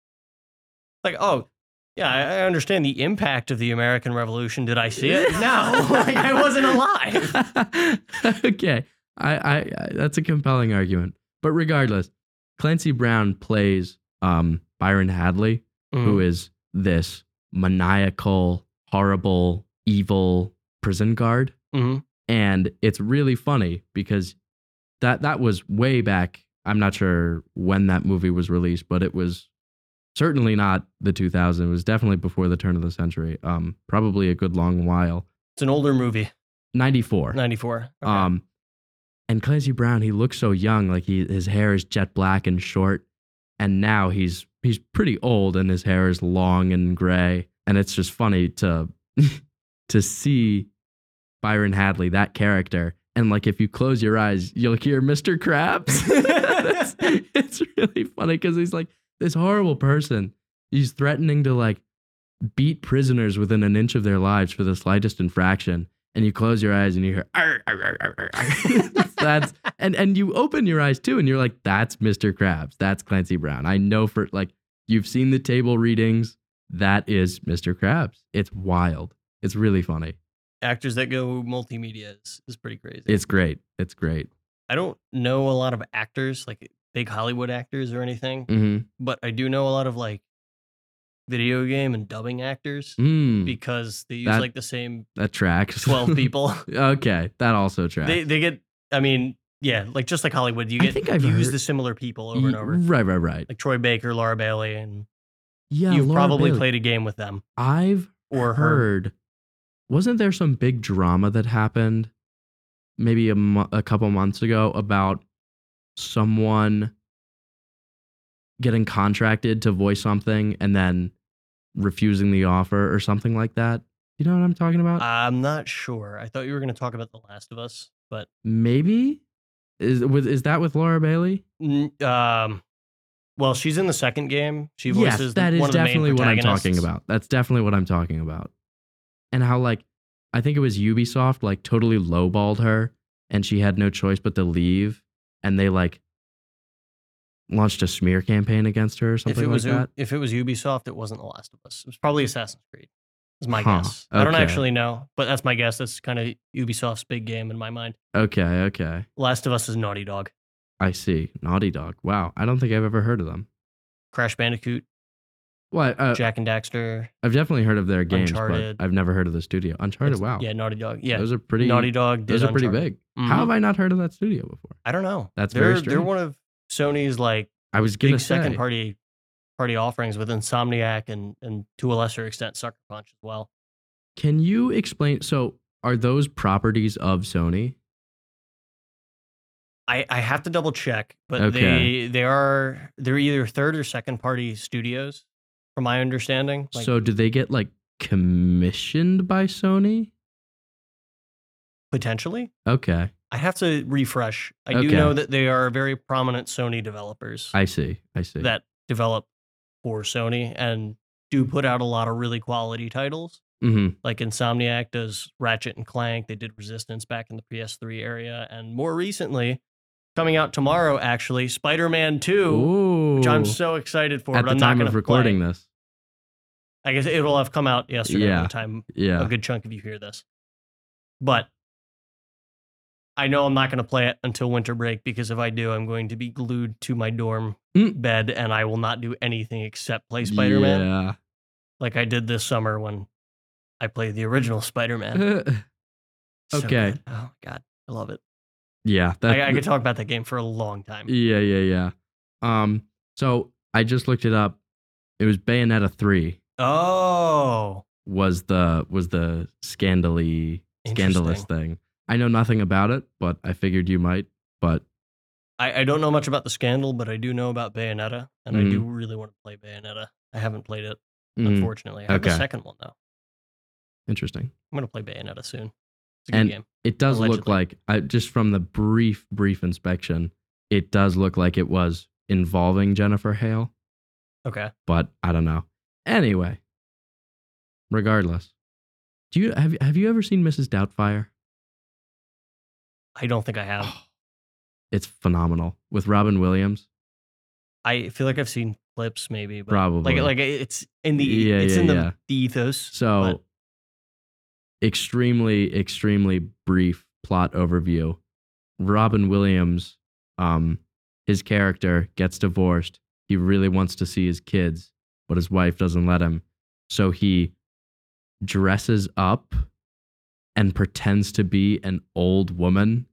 like oh. Yeah, I I understand the impact of the American Revolution. Did I see
[laughs]
it? No, [laughs] like I wasn't alive.
[laughs] okay, I, I, I that's a compelling argument. But regardless, Clancy Brown plays um, Byron Hadley,
Mm-hmm.
who
Hmm.
is this maniacal, horrible, evil prison guard,
hmm
and it's really funny because that that was way back. I'm not sure when that movie was released, but it was certainly not the 2000. It was definitely before the turn of the century. Um, probably a good long while.
It's an older movie,
94.
94. Okay.
Um, and Clancy Brown, he looks so young. Like he, his hair is jet black and short, and now he's he's pretty old, and his hair is long and gray. And it's just funny to [laughs] to see Byron Hadley, that character, and like if you close your eyes, you'll hear Mr. Krabs. [laughs] That's- it's really funny because he's like this horrible person. He's threatening to like beat prisoners within an inch of their lives for the slightest infraction and you close your eyes and you hear "Arr, arr, arr, arr, arr." [laughs] that's and and you open your eyes too and you're like that's Mr. Krabs that's Clancy Brown I know for like you've seen the table readings that is Mr. Krabs it's wild it's really funny
Actors that go multimedia is, is pretty crazy.
it's great it's great
I don't know a lot of actors, like big Hollywood actors or anything,
hmm
but I do know a lot of like video game and dubbing actors
mm,
because they use
That-
like the
[laughs]
same
that tracks [laughs]
12 people.
okay that also tracks
they they get I mean, yeah, like just like Hollywood, you
I
get
think I've
you use
heard-
the similar people over and
Y- mm.
over.
right right right
Like Troy Baker, Laura Bailey, and
yeah
you've
Laura
probably
Bailey.
played a game with them
I've
or her.
heard wasn't there some big drama that happened maybe a, mo- a couple months ago about someone getting contracted to voice something and then refusing the offer or something like that you know what i'm talking about
I'm not sure. I thought you were going to talk about The Last of Us, but
maybe is, with, is that with laura bailey
n- um, well, she's in the second game. She voices
yes
the-
that is
one of the main
definitely what i'm talking
protagonists.
about that's definitely what i'm talking about and how like i think it was ubisoft like totally lowballed her and she had no choice but to leave and they like launched a smear campaign against her or
If
something
it was
like
U-
that
if it was Ubisoft, it wasn't The Last of Us. It was probably Assassin's Creed. Is my
Huh,
guess. I don't
okay.
actually know, but that's my guess. That's kind of Ubisoft's big game in my mind.
okay okay
Last of Us is Naughty Dog.
i see naughty dog wow i don't think i've ever heard of them
Crash Bandicoot,
well I, uh,
Jack and Daxter.
i've definitely heard of their games
Uncharted.
but i've never heard of the studio uncharted
It's-
wow
Yeah, Naughty Dog. Yeah,
those are pretty
Naughty Dog. Did
those are pretty
Uncharted.
big how
Mhm.
have i not heard of that studio before
I don't know.
That's
they're
very
they're
strange.
one of Sony's like
i was gonna
big second
say,
party party offerings with Insomniac and and to a lesser extent Sucker Punch as well.
Can you explain? So, are those properties of Sony?
I, I have to double check, but
Okay.
they they are they're either third or second party studios, from my understanding. Like,
so, do they get like commissioned by Sony?
potentially,
Okay,
I have to refresh. I
Okay.
do know that they are very prominent Sony developers
I see. I see.
that develop for Sony and do put out a lot of really quality titles.
hmm
Like Insomniac does Ratchet and Clank. They did Resistance back in the PS3 area, and more recently, coming out tomorrow actually, Spider Man Two.
Ooh.
which I'm so excited for.
At
but
the
I'm
time
not
of recording
play.
this,
I guess it'll have come out yesterday by
Yeah.
the time a
yeah.
good chunk of you hear this. But I know I'm not going to play it until winter break because if I do, I'm going to be glued to my dorm
Mm.
bed and I will not do anything except play Spider Man like I did this summer when I played the original Spider Man.
Yeah. Uh, Okay.
oh, my God. I love it.
[laughs] yeah. That,
I, I could talk about that game for a long time.
Yeah, yeah, yeah. Um. So I just looked it up. It was Bayonetta three
Oh.
was the was the scandally scandalous
interesting.
thing. I know nothing about it, but I figured you might. But
I, I don't know much about the scandal, but I do know about Bayonetta, and I do
Mm-hmm.
really want to play Bayonetta. I haven't played it,
Mm,
unfortunately. I have the
Okay.
second one though.
interesting.
I'm gonna play Bayonetta soon. It's a good
And-
game.
It does look
Allegedly.
like, I, just from the brief, brief inspection, it does look like it was involving Jennifer Hale,
Okay.
but I don't know. Anyway, regardless, do you have have you ever seen Mrs. Doubtfire?
I don't think I have.
[sighs] It's phenomenal with Robin Williams.
I feel like I've seen clips maybe, but
Probably.
like like it's in the e,
Yeah,
it's
yeah,
in the,
yeah.
the ethos.
So,
but-
extremely, extremely brief plot overview. Robin Williams, um, his character gets divorced. He really wants to see his kids, but his wife doesn't let him. So he dresses up and pretends to be an old woman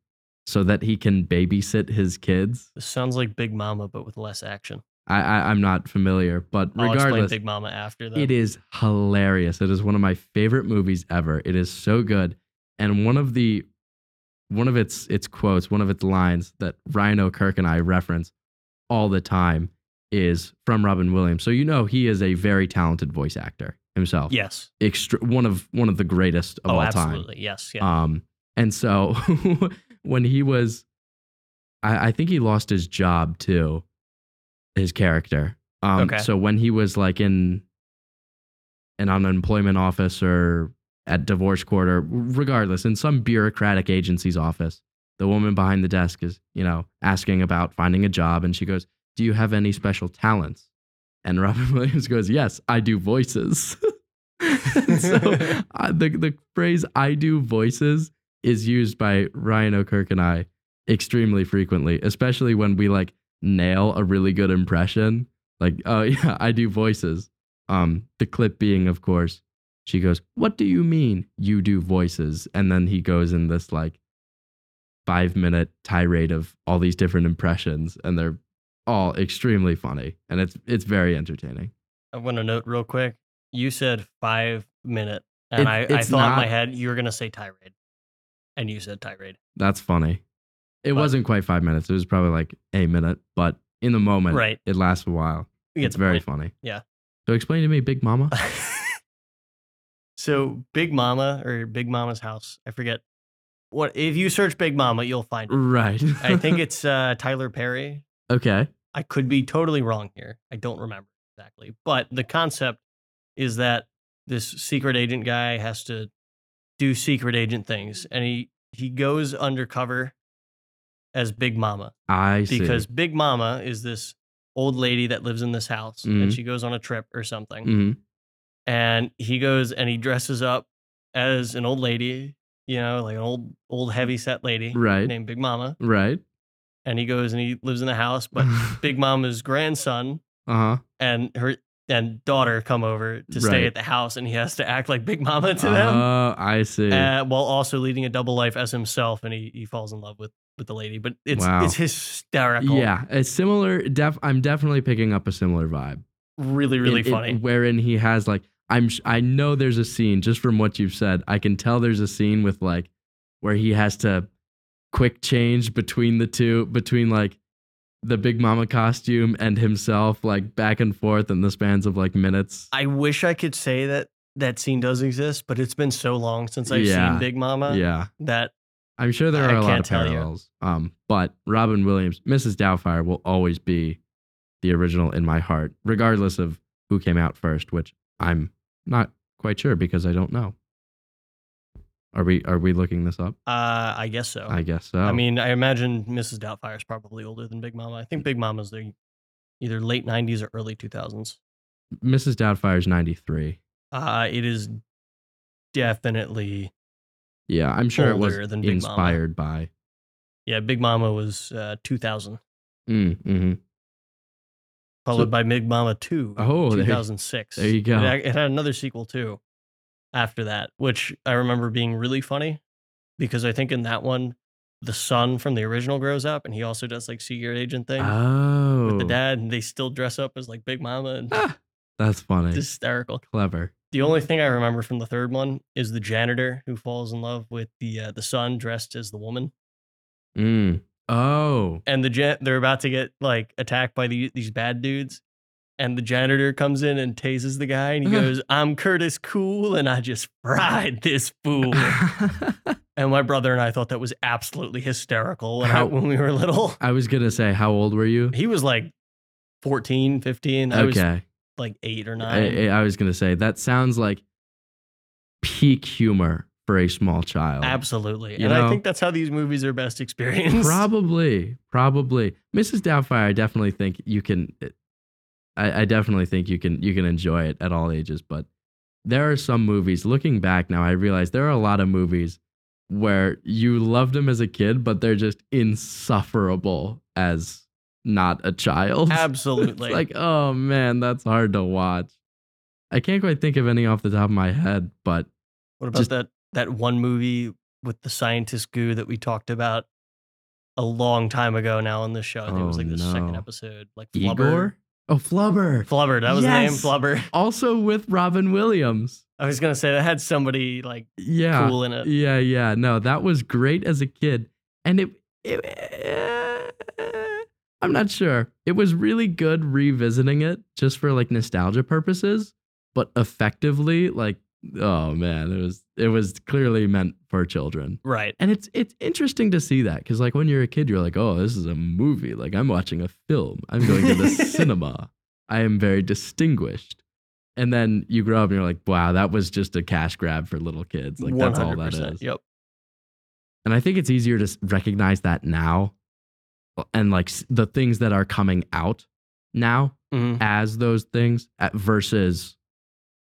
so that he can babysit his kids.
This sounds like Big Mama, but with less action.
I, I I'm not familiar, but
I'll explain
regardless,
Big Mama after that.
it is hilarious. It is one of my favorite movies ever. It is so good. And one of the one of its its quotes, one of its lines that Ryan O'Kirk and I reference all the time is from Robin Williams. So you know he is a very talented voice actor himself.
Yes.
Extra, one of one of the greatest of
oh,
all time.
absolutely. Yes. Yeah.
Um, and so [laughs] when he was, I, I think he lost his job too, his character. Um,
Okay.
So when he was like in an unemployment office or at divorce court or regardless, in some bureaucratic agency's office, the woman behind the desk is, you know, asking about finding a job. And she goes, Do you have any special talents? And Robin [laughs] Williams goes, Yes, I do voices. [laughs] and so uh, the, the phrase I do voices is used by Ryan O'Kirk and I extremely frequently, especially when we like nail a really good impression. Like, oh, [laughs] yeah, I do voices. Um, the clip being, of course, she goes, What do you mean you do voices? And then he goes in this like five minute tirade of all these different impressions, and they're all extremely funny. And it's it's very entertaining.
I want to note real quick. You said five minute, and
It-
I, I
it's
thought in my
not-
head you were gonna say tirade, and you said tirade.
That's funny. It
But-
wasn't quite five minutes. It was probably like a minute, but in the moment,
Right.
it lasts a while.
You get
it's
the
very
point.
funny.
Yeah.
So explain to me,
[laughs]
Big Mama.
so Big Mama or Big Mama's house, I forget. What if you search Big Mama, you'll find it.
right.
I
Mm.
think it's uh, Tyler Perry.
[laughs] okay.
I could be totally wrong here. I don't remember exactly, but the concept is that this secret agent guy has to do secret agent things, and he he goes undercover as Big Mama
I see.
because Big Mama is this old lady that lives in this house, and
Mhm.
she goes on a trip or something
Mhm.
and he goes and he dresses up as an old lady, you know, like an old old heavy set lady
Right.
named Big Mama,
Right.
and he goes and he lives in the house,
[laughs]
but
Mm-hmm.
Big Mama's grandson
uh huh.
and her and daughter come over to stay
Right.
at the house, and he has to act like Big Mama [laughs] to them.
Oh, I see.
Uh, while also leading a double life as himself, and he, he falls in love with, with the lady, but it's
Wow.
it's hysterical,
yeah, a similar. Def- I'm definitely picking up a similar vibe.
really really
in- in-
funny.
wherein he has like I'm sh- I know there's a scene just from what you've said. I can tell there's a scene with like where he has to quick change between the two between like the Big Mama costume and himself like back and forth in the spans of like minutes.
I wish I could say that that scene does exist, but it's been so long since I've
Yeah.
seen Big Mama
yeah.
that
I'm sure there
I
are a lot
can't
of
tell you.
parallels. Um but Robin Williams, Mrs. Doubtfire will always be the original in my heart regardless of who came out first, which I'm not quite sure because I don't know. Are we are we looking this up?
Uh, I guess so.
I guess so.
I mean, I imagine Mrs. Doubtfire is probably older than Big Mama. I think Big Mama's the either late '90s or early 2000s.
Mrs. Doubtfire's 93.
Uh, it is definitely
Yeah, I'm sure it
Older
was
than Big Mama.
inspired by.
yeah. Big Mama was uh, 2000,
Mm, hmm
followed
So-
by Big Mama 2,
Oh, there you-
2006.
there you go.
It, ac- it had another sequel too, after that, which I remember being really funny, because I think in that one, the son from the original grows up, and he also does like secret agent thing
Oh,
with the dad, and they still dress up as like Big Mama and.
Ah, that's funny.
It's hysterical.
Clever.
The only thing I remember from the third one is the janitor who falls in love with the uh, the son dressed as the woman.
Mm. Oh,
and the jan- they're about to get like attacked by the, these bad dudes and the janitor comes in and tases the guy and he goes i'm curtis cool and i just fried this
[laughs]
fool and my brother and i thought that was absolutely hysterical when, I,
How-
when we were
[laughs]
little
I was gonna say, how old were you?
he was like 14 15 i was
Okay,
like 8 or 9
I, I was gonna say that sounds like peak humor for a small child.
absolutely
You
and i
know-
think that's how these movies are best experienced
Probably, [laughs] probably. Mrs. Doubtfire, I definitely think you can. I, I definitely think you can you can enjoy it at all ages. But there are some movies. Looking back now, I realize there are a lot of movies where you loved them as a kid, but they're just insufferable as not a child. [laughs] It's
absolutely
like, oh man, that's hard to watch. I can't quite think of any off the top of my head, but
What about
Just-
that that one movie with the scientist goo that we talked about a long time ago now on this show? I think it was
Oh,
like the second
no.
episode. Like Flubber.
Igor. Oh, Flubber.
Flubber, that was
Yes.
the name, Flubber. [laughs]
Also with Robin Williams.
I was gonna say that had somebody like
Yeah.
cool in it.
Yeah, yeah. No, that was great as a kid. And it, it eh, I'm not sure. It was really good revisiting it just for like nostalgia purposes, but effectively like oh man, it was it was clearly meant for children.
Right.
And it's it's interesting to see that cuz like when you're a kid you're like, "Oh, this is a movie. Like I'm watching a film. I'm going to the cinema. I am very distinguished." And then you grow up and you're like, "Wow, that was just a cash grab for little kids. Like that's all that
100%.
is."
Yep.
And I think it's easier to s- recognize that now and like s- the things that are coming out now
Mhm.
as those things at, versus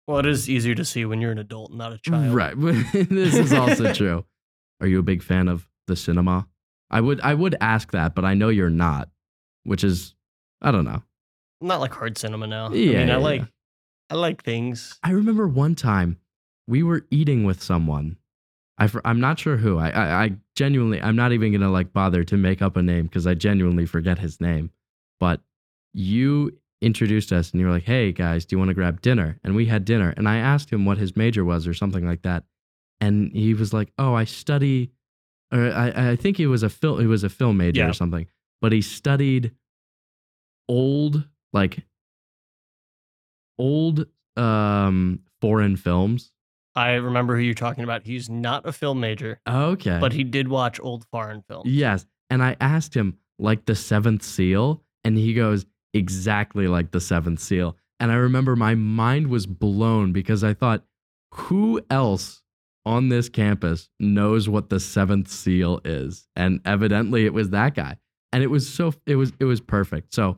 Well, it is easier to see when you're an adult, not a child.
right. [laughs] this is also true. Are you a big fan of the cinema? I would I would ask that, but I know you're not, which is I don't know.
Not like hard cinema now. I
Yeah,
mean,
yeah,
I like
yeah.
I like things.
I remember one time we were eating with someone. I for, I'm not sure who. I, I I genuinely I'm not even gonna like bother to make up a name because I genuinely forget his name. But you introduced us and you were like, "Hey guys, do you want to grab dinner?" And we had dinner. And I asked him what his major was or something like that, and he was like, "Oh, I study." Or I, I think he was a film. He was a film major
Yeah.
or something. But he studied old like old um foreign films.
I remember who you're talking about. He's not a film major,
Okay.
but he did watch old foreign films.
yes, and I asked him like the Seventh Seal, and he goes exactly like the Seventh Seal. And I remember my mind was blown because I thought, who else on this campus knows what the Seventh Seal is? And evidently, it was that guy. And it was so it was it was perfect. So,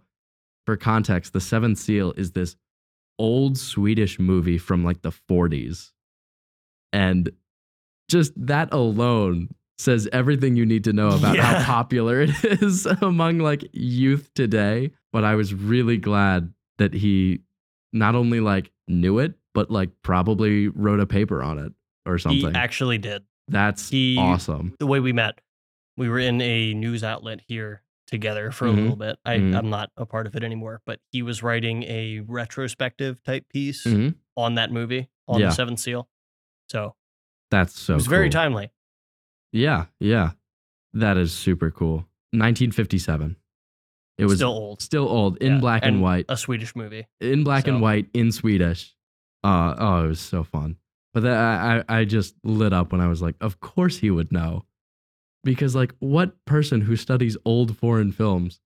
for context, the Seventh Seal is this old Swedish movie from like the 40s. And just that alone says everything you need to know about
Yeah.
how popular it [laughs] is among like youth today. But I was really glad that he not only like knew it, but like probably wrote a paper on it or
he
something.
actually did.
That's
he-
awesome.
the way we met, we were in a news outlet here together for
Mhm.
a little bit. I,
Mhm.
I'm not a part of it anymore, but he was writing a retrospective type piece
Mhm.
on that movie, on
Yeah.
the Seventh Seal. So
That's so
it was very
cool.
timely.
Yeah, yeah. That is super cool. 1957. It was
still old.
still old in
Yeah,
black and, white,
A Swedish movie.
in black
so-
and white in Swedish. Uh, oh, it was so fun. But that, I, I I just lit up when I was like, of course he would know. Because, like, what person who studies old foreign films?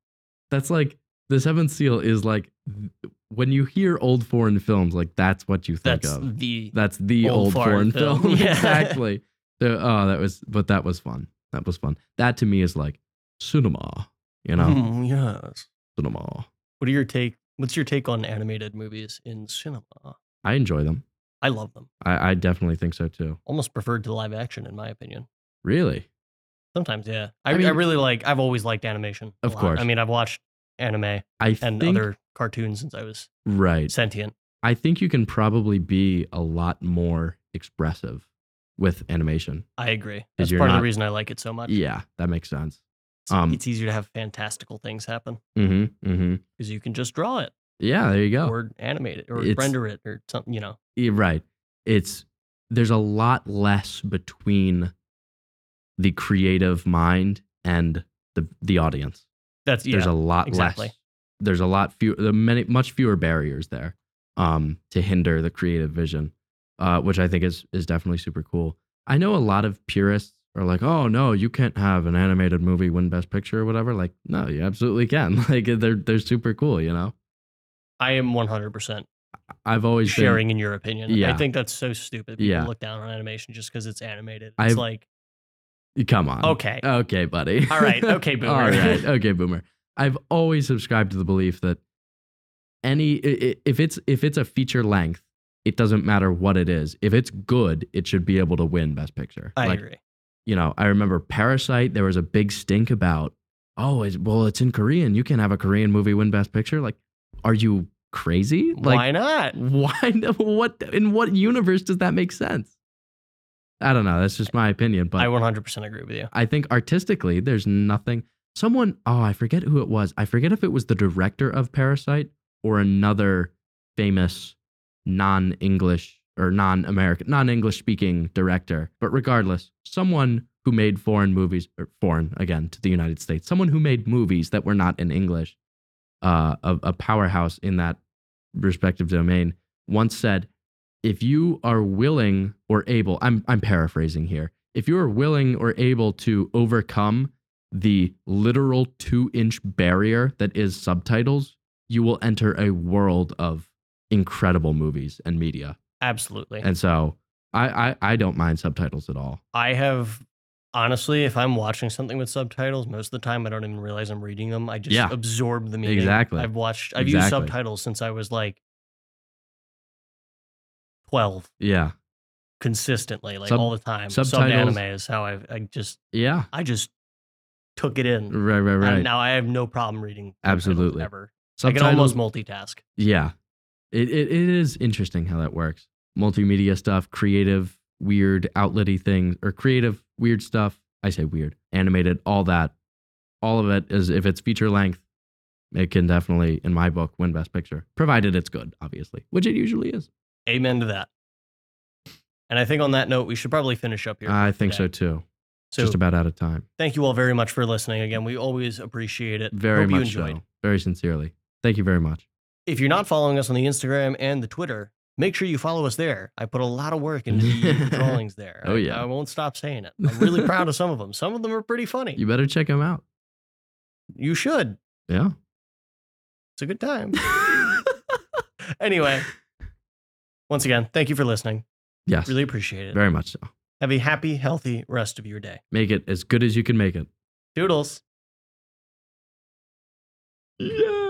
That's like the seventh seal is like th- when you hear old foreign films, like, that's what you think
That's
of.
the
That's the
Old
old,
foreign
foreign,
film.
film. [laughs]
Yeah.
exactly. So, oh, that was, but that was fun. That was fun. That to me is like cinema, you know,
Hmm, yes.
cinema.
What are your take? What's your take on animated movies in cinema?
I enjoy them.
I love them.
I, I definitely think so too.
Almost preferred to live action, in my opinion.
Really?
Sometimes, yeah. I,
I
I,
mean-
really like. I've always liked animation. a
Of
lot.
course.
I mean, I've watched anime
I
and
think,
other cartoons since I was
right.
sentient.
I think you can probably be a lot more expressive with animation.
I agree. That's
you're
part of the
not-
reason I like it so much.
Yeah, that makes sense.
It's,
um,
it's easier to have fantastical things happen
Mm hmm. Mm hmm.
because you can just draw it
Yeah, there you go.
or animate it or
It's-
render it or something, you know.
Yeah, right. It's there's a lot less between the creative mind and the the audience.
That's yeah.
there's a lot
exactly.
less. There's a lot fewer, the many much fewer barriers there um, to hinder the creative vision, uh, which I think is is definitely super cool. I know a lot of purists are like, "Oh no, you can't have an animated movie win Best Picture or whatever." Like, no, you absolutely can. [laughs] Like, they're they're super cool. You know,
I am 100%
I've always been-
sharing in your opinion. I
Yeah.
think that's so stupid. People
Yeah.
look down on animation just because it's animated. It's
I've-
like,
Come on.
okay,
Okay, buddy.
All
[laughs]
right. Okay, boomer.
All
[laughs]
right. Okay, boomer. I've always subscribed to the belief that any i- i- if it's if it's a feature length, it doesn't matter what it is. If it's good, it should be able to win best picture.
I
like,
agree.
you know, I remember Parasite, there was a big stink about, "Oh, it's, well, it's in Korean. You can't have a Korean movie win best picture." Like, are you crazy? Like
Why not?
[laughs] why what in what universe does that make sense? I don't know. That's just my opinion, but
I 100% agree with you.
I think artistically, there's nothing. Someone, oh, I forget who it was. I forget if it was the director of Parasite or another famous non English or non American, non English speaking director. But regardless, someone who made foreign movies, or foreign again to the United States, someone who made movies that were not in English, uh, a, a powerhouse in that respective domain, once said, if you are willing or able, I'm, I'm paraphrasing here, if you are willing or able to overcome the literal two inch barrier that is subtitles, you will enter a world of incredible movies and media.
Absolutely.
And so I, I, I don't mind subtitles at all.
I have honestly, if I'm watching something with subtitles, most of the time I don't even realize I'm reading them. I just
Yeah.
absorb the meaning.
Exactly.
I've watched. I've used
Exactly.
subtitles since I was like twelve,
Yeah.
consistently, like
Sub-
all the time. Subbed
subtitles-
anime is how I, I just,
Yeah.
I just took it in.
Right, right,
And
right.
now I have no problem reading. subtitles
Absolutely.
Ever. I can almost multitask.
Yeah. It, it it is interesting how that works. Multimedia stuff, creative, weird, outlety things, or creative, weird stuff. I say weird, animated, all that. All of it is if it's feature length, it can definitely, in my book, win Best Picture. Provided it's good, obviously. Which it usually is.
Amen to that. And I think on that note, we should probably finish up here.
I think so
today.
too.
So
Just about out of time.
thank you all very much for listening. Again, we always appreciate it.
Very
Hope
much
you enjoyed.
so. Very sincerely. Thank you very much.
If you're not following us on the Instagram and the Twitter, make sure you follow us there. I put a lot of work into
[laughs]
the drawings there.
Oh,
I-
yeah.
I won't stop saying it. I'm really proud of some of
[laughs]
them. Some of them are pretty funny.
You
You,
better check them out.
should. [laughs]
Yeah.
It's a good
[laughs]
time. anyway, once again, thank you for listening.
yes.
Really appreciate it.
Very much so.
Have a happy, healthy rest of your day.
Make it as good as you can make it.
Doodles.
Yeah.